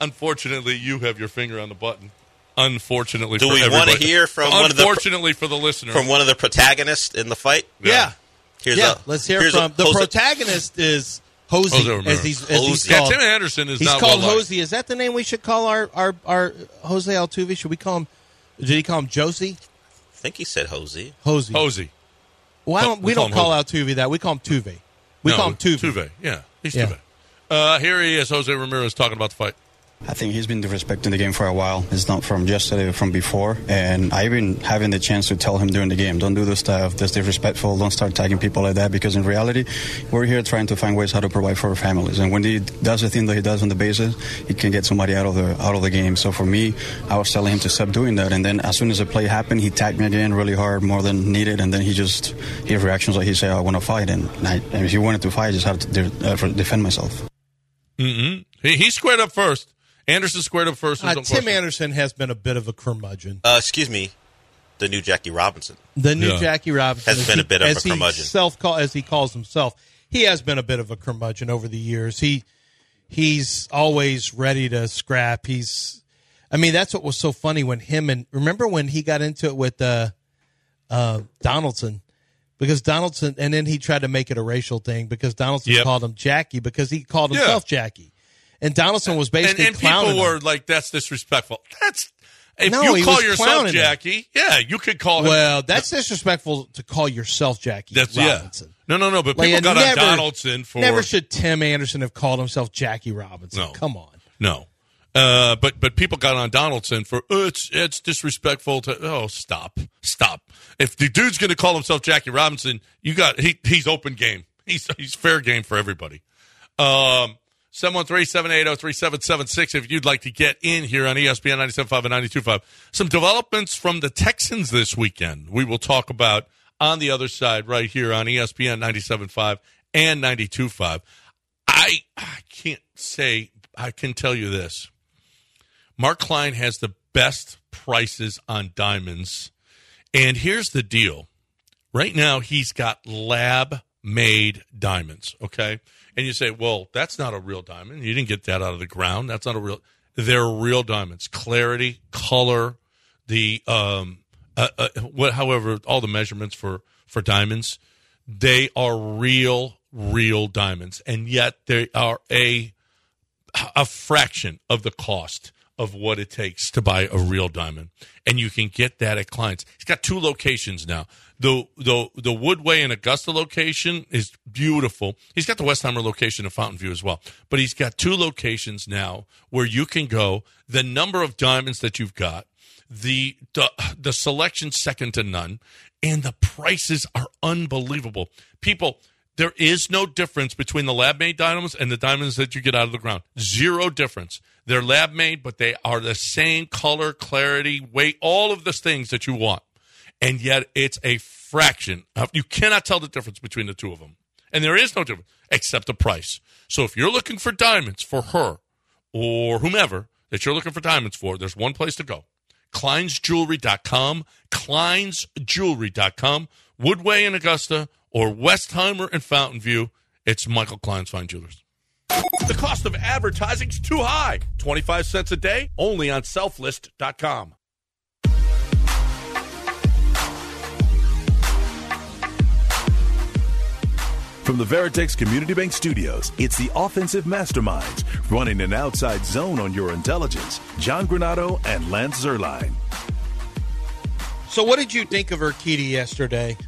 S4: Unfortunately, you have your finger on the button. Unfortunately,
S6: Do
S4: for
S6: we wanna
S4: everybody.
S6: hear from one of the-
S4: Unfortunately for the listener,
S6: from one of the protagonists in the fight.
S5: Hmm. Yeah.
S6: Here's
S5: yeah,
S6: a-
S5: let's hear
S6: here's a-
S5: from the
S6: Jose-
S5: protagonist is Hosey,
S4: Jose Romero.
S5: as he's as he's
S6: Hosey.
S4: yeah,
S5: called.
S4: Tim Anderson is
S5: he's
S4: not
S5: called
S4: well liked.
S5: Hosey. Is that the name we should call our our our Jose Altuve? Should we call him? Did he call him Josie?
S6: I think he said Jose.
S5: Hosey.
S4: Hosey.
S5: Well, I
S4: Call-
S5: don't,
S4: we
S5: we,
S4: call
S5: don't
S4: him
S5: call Altuve that. We call him Tuve. We
S4: No,
S5: call him Tuve.
S4: Tuve. Yeah, he's
S5: Yeah.
S4: Tuve. Uh, here he is, Jose Ramirez, talking about the fight.
S10: I think he's been disrespecting the game for a while. It's not from yesterday, from before. And I even having the chance to tell him during the game, don't do this stuff. That's disrespectful. Don't start tagging people like that. Because in reality, we're here trying to find ways how to provide for our families. And when he does the thing that he does on the bases, it can get somebody out of the out of the game. So for me, I was telling him to stop doing that. And then as soon as the play happened, he tagged me again really hard, more than needed. And then he just his reactions like he said, "I want to fight." And, I, and if he wanted to fight, I just had to de- uh, defend myself.
S4: He, he squared up first. Anderson squared up first.
S5: Uh,
S4: There's
S5: Tim
S4: no question.
S5: Anderson has been a bit of a curmudgeon.
S6: Uh, excuse me, the new Jackie Robinson.
S5: The new
S4: Yeah.
S5: Jackie Robinson
S6: Has
S5: as
S6: been
S5: he-
S6: a bit of
S5: as
S6: a curmudgeon.
S5: He self call as he calls himself. He has been a bit of a curmudgeon over the years. He he's always ready to scrap. He's I mean that's what was so funny when him and remember when he got into it with uh, uh, Donaldson because Donaldson and then he tried to make it a racial thing because Donaldson
S4: Yep.
S5: called him Jackie because he called
S4: Yeah.
S5: himself Jackie. And Donaldson was
S4: and,
S5: basically
S4: and
S5: clowning
S4: people
S5: him.
S4: were like, "That's disrespectful." That's if
S5: No,
S4: you
S5: he
S4: call
S5: was
S4: yourself
S5: clowning him.
S4: Jackie, yeah, you could call him.
S5: Well, that's disrespectful to call yourself Jackie
S4: that's
S5: Robinson.
S4: yeah. No, no, no. But
S5: Like,
S4: people
S5: and
S4: got
S5: never-
S4: on Donaldson for
S5: Never should Tim Anderson have called himself Jackie Robinson.
S4: No.
S5: Come on.
S4: no. Uh, but but people got on Donaldson for "Oh, it's it's disrespectful to oh stop stop if the dude's gonna call himself Jackie Robinson you got he he's open game he's he's fair game for everybody Um, 713-780-3776 if you'd like to get in here on E ESPN 97.5 and 92.5. Some developments from the Texans this weekend we will talk about on the other side right here on E ESPN 97.5 and 92.5. I, I can't say, I can tell you this. Mark Klein has the best prices on diamonds. And here's the deal. Right now, he's got lab made diamonds, okay? And you say, well, that's not a real diamond. You didn't get that out of the ground. That's not a real. They're real diamonds. Clarity, color, the, um, uh, uh, what, however, all the measurements for, for diamonds, they are real, real diamonds. And yet they are a, a fraction of the cost of what it takes to buy a real diamond, and you can get that at clients. He's got two locations now. the the The Woodway and Augusta location is beautiful. He's got the Westheimer location in Fountain View as well, but he's got two locations now where you can go. The number of diamonds that you've got, the the the selection second to none, and the prices are unbelievable. People there is no difference between the lab made diamonds and the diamonds that you get out of the ground. Zero difference. They're lab made, but they are the same color, clarity, weight, all of the things that you want. And yet it's a fraction. Of, you cannot tell the difference between the two of them. And there is no difference except the price. So if you're looking for diamonds for her or whomever that you're looking for diamonds for, there's one place to go. Kleinsjewelry.com, Kleinsjewelry.com, Woodway in Augusta, or Westheimer in Fountain View. It's Michael Klein's Fine Jewelers. The cost of advertising's too high. 25 cents a day, only on selflist.com.
S3: From the Veritex Community Bank Studios, it's the offensive masterminds running an outside zone on your intelligence, John Granado and Lance Zerline.
S5: So, what did you think of Urquidy yesterday?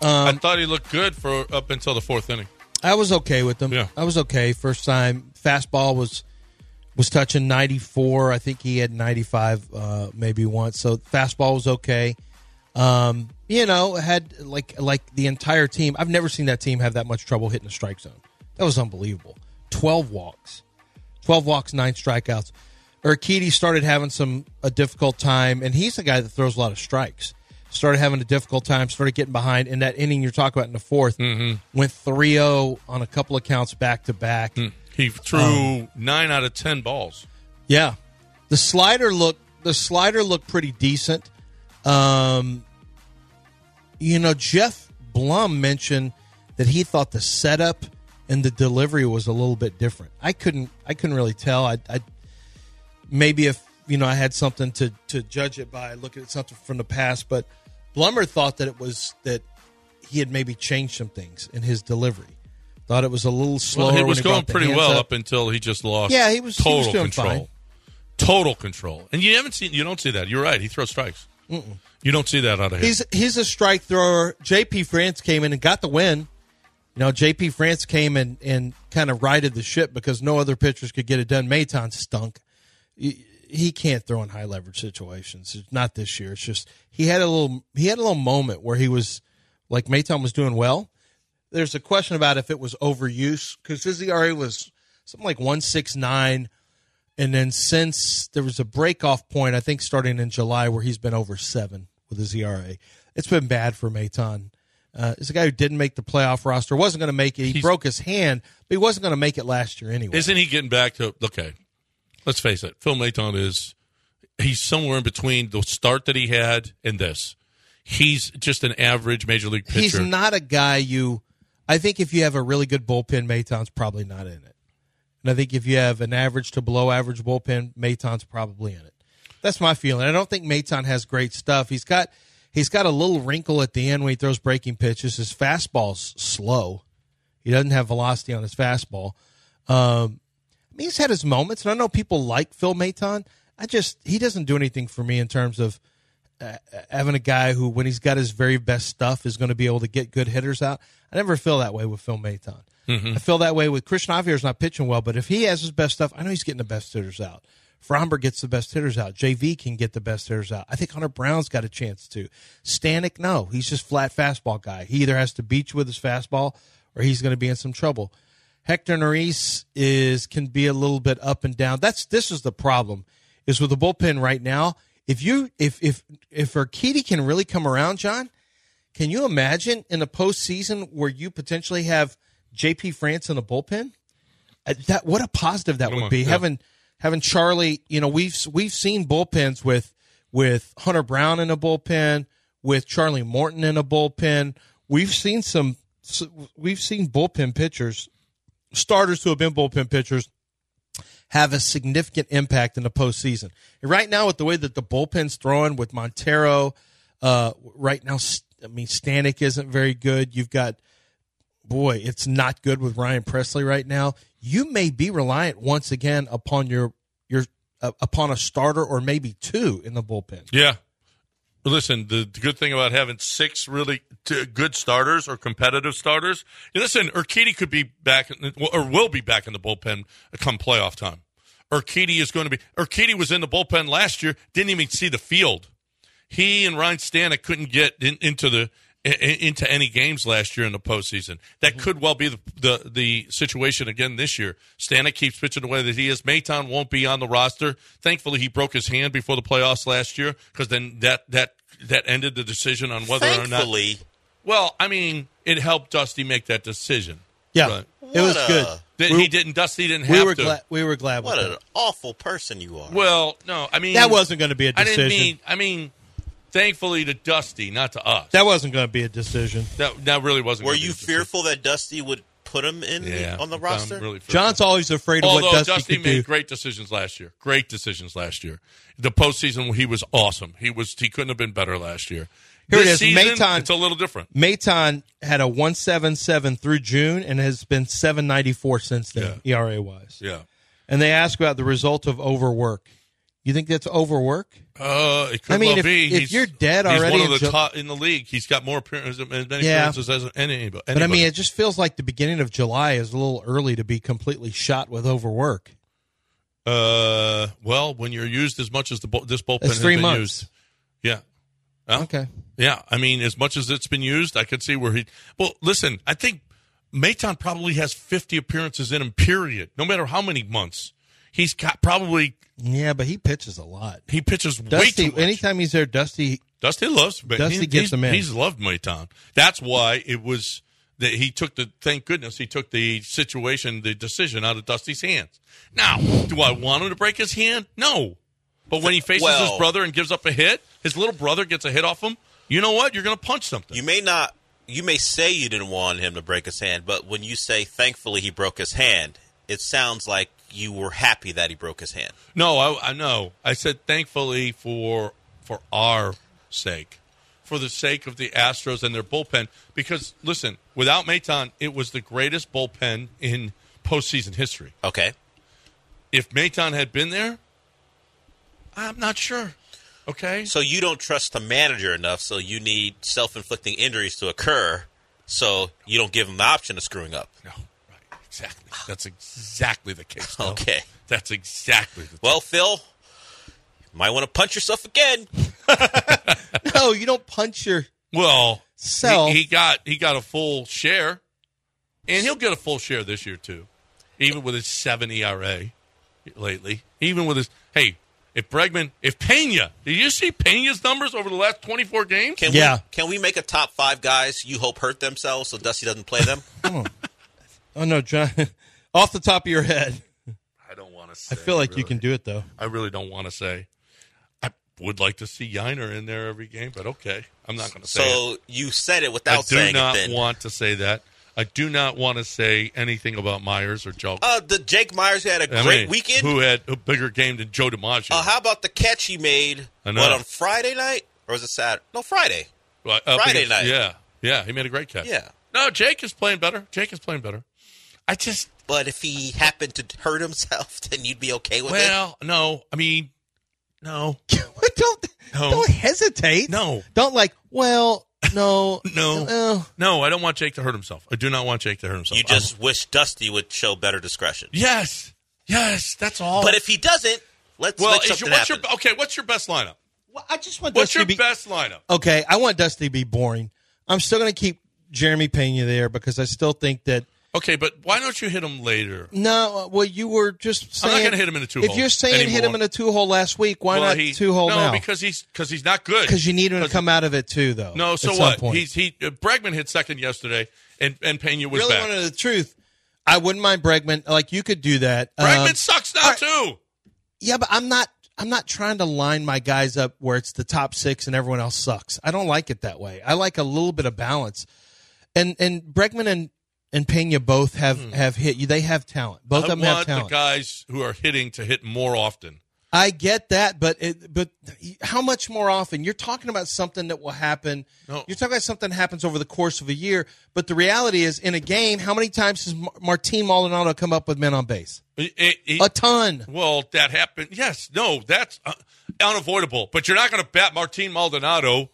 S4: I thought he looked good for up until the fourth inning.
S5: I was okay with him.
S4: Yeah.
S5: I was okay. First time fastball was was touching 94. I think he had 95 uh, maybe once. So fastball was okay. Um, you know, had like like the entire team. I've never seen that team have that much trouble hitting the strike zone. That was unbelievable. 12 walks. 12 walks, 9 strikeouts. Urquidy started having some a difficult time and he's the guy that throws a lot of strikes. started having a difficult time, started getting behind. In that inning you're talking about in the 4th went 3 0 on a couple of counts back to back.
S4: He threw
S5: Um,
S4: nine out of ten balls.
S5: Yeah, the slider looked the slider looked pretty decent. Um, you know, Jeff Blum mentioned that he thought the setup and the delivery was a little bit different. I couldn't I couldn't really tell. I, I maybe if you know I had something to to judge it by looking at something from the past, but Blummer thought that it was that he had maybe changed some things in his delivery. Thought it was a little slower.
S4: Well, he
S5: when
S4: was going
S5: brought the
S4: pretty
S5: hands
S4: well
S5: up.
S4: up. until he just lost.
S5: Yeah, he was- he
S4: total
S5: was doing
S4: control.
S5: fine.
S4: Total control, and you haven't seen. You don't see that. You're right. He throws strikes. You don't see that out of him.
S5: he's he's a strike thrower. JP France came in and got the win. You know, JP France came and and kind of righted the ship because no other pitchers could get it done. Maton stunk. He, he can't throw in high leverage situations. It's Not this year. It's just he had a little he had a little moment where he was like Maton was doing well. There's a question about if it was overuse because his ERA was something like one six nine. And then since there was a break off point, I think starting in July, where he's been over seven with his ERA, it's been bad for Maton. Uh, it's a guy who didn't make the playoff roster, wasn't going to make it. He broke his hand, but he wasn't going to make it last year anyway.
S4: Isn't he getting back to okay? Let's face it, Phil Maton is he's somewhere in between the start that he had and this. He's just an average major league pitcher.
S5: He's not a guy you. I think if you have a really good bullpen, Maton's probably not in it. And I think if you have an average to below average bullpen, Maton's probably in it. That's my feeling. I don't think Maton has great stuff. He's got he's got a little wrinkle at the end when he throws breaking pitches. His fastball's slow. He doesn't have velocity on his fastball. Um, I mean, he's had his moments, and I know people like Phil Maton. I just he doesn't do anything for me in terms of having a guy who, when he's got his very best stuff, is going to be able to get good hitters out. I never feel that way with Phil Maton. I feel that way with Christian Javier's not pitching well, but if he has his best stuff, I know he's getting the best hitters out. Fromber gets the best hitters out. JV can get the best hitters out. I think Hunter Brown's got a chance to. Stanek, no, he's just flat fastball guy. He either has to beat you with his fastball or he's going to be in some trouble. Hector Norris is can be a little bit up and down. That's this is the problem is with the bullpen right now. If you if if if Urquidy can really come around, John, can you imagine in the postseason where you potentially have J.P. France in the bullpen? Uh, That what a positive that
S4: Come
S5: would
S4: on,
S5: be.
S4: yeah.
S5: Having having Charlie, you know, we've we've seen bullpens with with Hunter Brown in a bullpen, with Charlie Morton in a bullpen. We've seen some. s- We've seen bullpen pitchers starters who have been bullpen pitchers have a significant impact in the postseason. And right now, with the way that the bullpen's throwing with Montero, uh, right now, S- I mean, Stanek isn't very good. You've got, boy, it's not good with Ryan Presley right now. You may be reliant once again upon your your uh, upon a starter or maybe two in the bullpen.
S4: Yeah. Listen, the, the good thing about having six really t- good starters or competitive starters, listen, Urquidy could be back in- or will be back in the bullpen come playoff time. Urquidy is going to be. Urquidy was in the bullpen last year, didn't even see the field. He and Ryan Stanek couldn't get in, into the i- i- into any games last year in the postseason. That
S5: Mm-hmm.
S4: could well be the, the the situation again this year. Stanek keeps pitching the way that he is. Maton won't be on the roster. Thankfully, he broke his hand before the playoffs last year because then that that that ended the decision on whether or not.
S6: Thankfully,
S4: Well, I mean, it helped Dusty make that decision.
S5: Yeah,
S4: Right.
S5: it was
S6: What a-
S5: good.
S4: That
S5: We-
S4: he didn't. Dusty didn't
S5: We
S4: have
S5: were
S4: to.
S5: glad. We were glad.
S6: what
S5: with
S6: an
S5: that.
S6: awful person you are.
S4: Well, no, I mean
S5: That wasn't going to be a
S4: I
S5: decision.
S4: didn't mean. I mean, thankfully to Dusty, not to us.
S5: that wasn't going to be a decision.
S4: That that really wasn't.
S6: Were
S4: gonna be
S6: you
S4: the decision.
S6: fearful that Dusty would put him in the-
S4: Yeah,
S6: on the
S4: I'm
S6: roster?
S4: really fearful.
S5: John's always afraid of
S4: Although
S5: what Dusty,
S4: Dusty
S5: could
S4: made
S5: do.
S4: great decisions last year, great decisions last year. The postseason he was awesome. He was he couldn't have been better last year.
S5: Here it
S4: This
S5: is,
S4: season,
S5: Maton-
S4: It's a little different.
S5: Maton had a 177 through June and has been 794 since then, ERA wise.
S4: Yeah.
S5: And they ask about the result of overwork. You think that's overwork?
S4: Uh, it could
S5: I mean,
S4: well
S5: if-
S4: be.
S5: if
S4: he's,
S5: you're dead
S4: he's
S5: already
S4: one of
S5: in
S4: the
S5: Ju-
S4: top in the league. He's got more appearances, as many
S5: Yeah.
S4: appearances as any, anybody.
S5: But I mean, it just feels like the beginning of July is a little early to be completely shot with overwork.
S4: uh, well, when you're used as much as the bull- this bullpen
S5: That's
S4: has
S5: three
S4: been
S5: months.
S4: used, yeah, Huh?
S5: Okay.
S4: Yeah, I mean, as much as it's been used, I could see where he. Well, listen, I think Maton probably has 50 appearances in him. Period. No matter how many months, He's got probably
S5: Yeah, but he pitches a lot.
S4: he pitches way
S5: Dusty,
S4: too much.
S5: anytime he's there, Dusty.
S4: Dusty loves, but
S5: Dusty
S4: he,
S5: gets
S4: he's,
S5: him in.
S4: he's loved Maytown. That's why it was that he took the. Thank goodness he took the situation, the decision out of Dusty's hands. Now, do I want him to break his hand? No, but when he faces his
S6: Well-
S4: brother and gives up a hit, his little brother gets a hit off him. You know what? You're going to punch something.
S6: You may not. You may say you didn't want him to break his hand, but when you say "thankfully he broke his hand," it sounds like you were happy that he broke his hand.
S4: no, I, I know. I said thankfully for for our sake, for the sake of the Astros and their bullpen. Because listen, without Maytown, it was the greatest bullpen in postseason history.
S6: Okay.
S4: if Maton had been there, I'm not sure. Okay.
S6: So you don't trust the manager enough, so you need self-inflicting injuries to occur, so you don't give him the option of screwing up.
S4: no, right. Exactly. That's exactly the case. Bill.
S6: Okay.
S4: That's exactly the
S6: Well, Phil, you might want to punch yourself again.
S5: No, you don't punch your.
S4: Well,
S5: So-
S4: he, he got he got a full share, and he'll get a full share this year too, even with his seven ERA lately. Even with his hey, if Bregman, if Pena, did you see Pena's numbers over the last 24 games?
S6: Can
S5: Yeah.
S6: we can we make a top five guys you hope hurt themselves so Dusty doesn't play them?
S5: Oh no, John! Off the top of your head,
S4: I don't want to.
S5: I feel like you can do it though.
S4: I really don't want to say. I would like to see Yiner in there every game, but okay, I'm not going to say. it.
S6: so you said it
S4: I
S6: without
S4: do
S6: saying
S4: not
S6: it. Then
S4: want to say that. I do not want to say anything about Myers or Joe.
S6: uh, the Jake Myers who had a
S4: I
S6: great
S4: mean,
S6: weekend.
S4: Who had a bigger game than Joe DiMaggio?
S6: Uh, how about the catch he made?
S4: I
S6: What
S4: know.
S6: on Friday night or was it Saturday? No, Friday.
S4: Well, up
S6: Friday night.
S4: Yeah, yeah, he made a great catch.
S6: Yeah.
S4: No, Jake is playing better. Jake is playing better. I just
S6: But if he happened to hurt himself, then you'd be okay with it.
S4: well, no, I mean, no,
S5: don't
S4: No.
S5: don't hesitate.
S4: No.
S5: don't like. Well, no, Uh,
S4: No.
S5: Well,
S4: no. I don't want Jake to hurt himself. I do not want Jake to hurt himself.
S6: You just wish Dusty would show better discretion.
S4: I'm- yes, yes. That's all.
S6: But if he doesn't, let's
S4: well,
S6: make
S4: is
S6: something
S4: your, what's your
S6: happen.
S4: okay? What's your best lineup?
S5: well, I just want
S4: What's
S5: Dusty
S4: your
S5: to be
S4: best lineup?
S5: okay. I want Dusty to be boring. I'm still going to keep Jeremy Pena there because I still think that
S4: Okay, but why don't you hit him later?
S5: no. Well, you were just
S4: I'm
S5: saying
S4: not gonna hit him in a two
S5: If
S4: hole
S5: you're saying hit
S4: anymore.
S5: him in a two hole last week, why
S4: Well,
S5: not
S4: he-
S5: two hole
S4: no,
S5: now?
S4: because he's because he's not good.
S5: Because you need him to come out of it too, though.
S4: No,
S5: at
S4: so
S5: some
S4: what?
S5: point.
S4: He's he. Uh, Bregman hit second yesterday, and and Pena was
S5: really
S4: back.
S5: wanted the truth. I wouldn't mind Bregman. Like you could do that.
S4: Bregman
S5: Um,
S4: sucks now
S5: all right.
S4: too.
S5: yeah, but I'm not. I'm not trying to line my guys up where it's the top six and everyone else sucks. I don't like it that way. I like a little bit of balance. And and Bregman and and Pena both have
S4: Hmm.
S5: have hit. you. They have talent. Both
S4: I
S5: of them have
S4: want the
S5: talent.
S4: guys who are hitting to hit more often.
S5: I get that, but it, but how much more often? You're talking about something that will happen.
S4: No.
S5: You're talking about something that happens over the course of a year. But the reality is, in a game, how many times does Mar- Martin Maldonado come up with men on base?
S4: It- it- it-
S5: A ton.
S4: well, that happened. Yes, no, that's uh, unavoidable. But you're not going to bat Martin Maldonado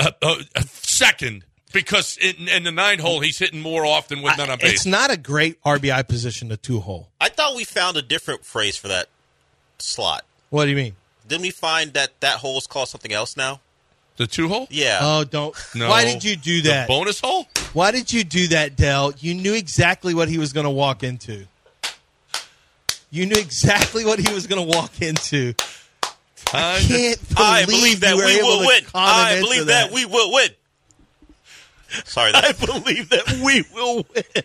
S4: uh, uh, second because in, in the nine hole he's hitting more often with none on base.
S5: It's not a great RBI position to two hole.
S6: I thought we found a different phrase for that slot.
S5: What do you mean?
S6: Didn't we find that that hole is called something else now?
S4: the two hole.
S6: Yeah.
S5: Oh, don't.
S4: No.
S5: Why did you do that?
S4: The bonus hole?
S5: Why did you do that, Dell? You knew exactly what he was going to walk into. You knew exactly what he was going to walk into.
S4: I
S5: Can't believe
S6: I believe that
S5: you were
S6: we
S5: able
S6: will
S5: to
S6: win.
S5: con him
S6: I
S5: into
S6: believe that. we will win. Sorry, that,
S5: believe that we will win.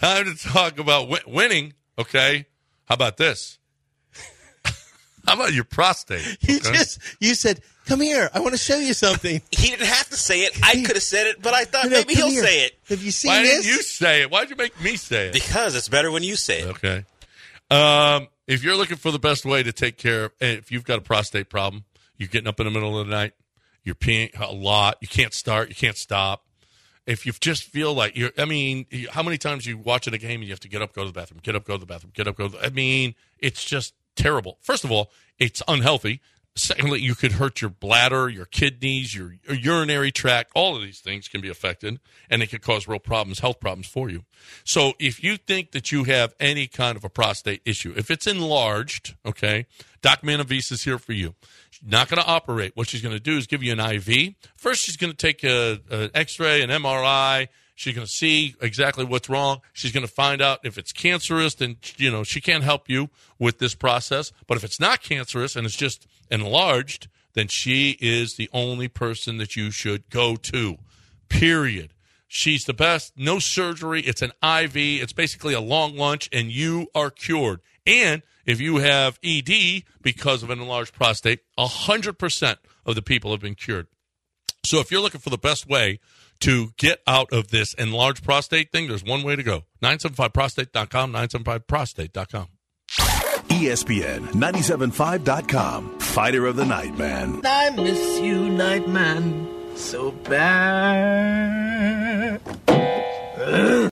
S4: Time to talk about w- winning. Okay. How about this? How about your prostate?
S5: You
S4: okay?
S5: just you said, "Come here, I want to show you something."
S6: he didn't have to say it. I could have said it, but I thought
S5: You know,
S6: maybe
S5: "Come
S6: he'll
S5: here.
S6: say it
S5: Have you seen
S4: Why
S5: this?
S4: didn't you say it? Why'd you make me say it?
S6: because it's better when you say it.
S4: Okay. Um, if you're looking for the best way to take care of, if you've got a prostate problem, you're getting up in the middle of the night, you're peeing a lot, you can't start, you can't stop. If you just feel like you're, I mean, you- how many times you watching a game and you have to get up, go to the bathroom, get up, go to the bathroom, get up, go to the, I mean, it's just terrible. First of all, it's unhealthy. Secondly, you could hurt your bladder, your kidneys, your, your urinary tract. All of these things can be affected and it could cause real problems, health problems for you. So if you think that you have any kind of a prostate issue, if it's enlarged, okay, Doc Manavis is here for you. She's not going to operate. What she's going to do is give you an IV. First, she's going to take a- an x ray, an MRI, She's going to see exactly what's wrong. She's going to find out if it's cancerous, then, you know, she can't help you with this process. But if it's not cancerous and it's just enlarged, then she is the only person that you should go to, period. She's the best. No surgery. It's an IV. It's basically a long lunch, and you are cured. And if you have ED because of an enlarged prostate, 100% of the people have been cured. So if you're looking for the best way to get out of this enlarged prostate thing, there's one way to go 975prostate.com, 975prostate.com.
S3: E ESPN 975.com. Fighter of the Night Man.
S11: I miss you, Nightman, so bad. Ugh.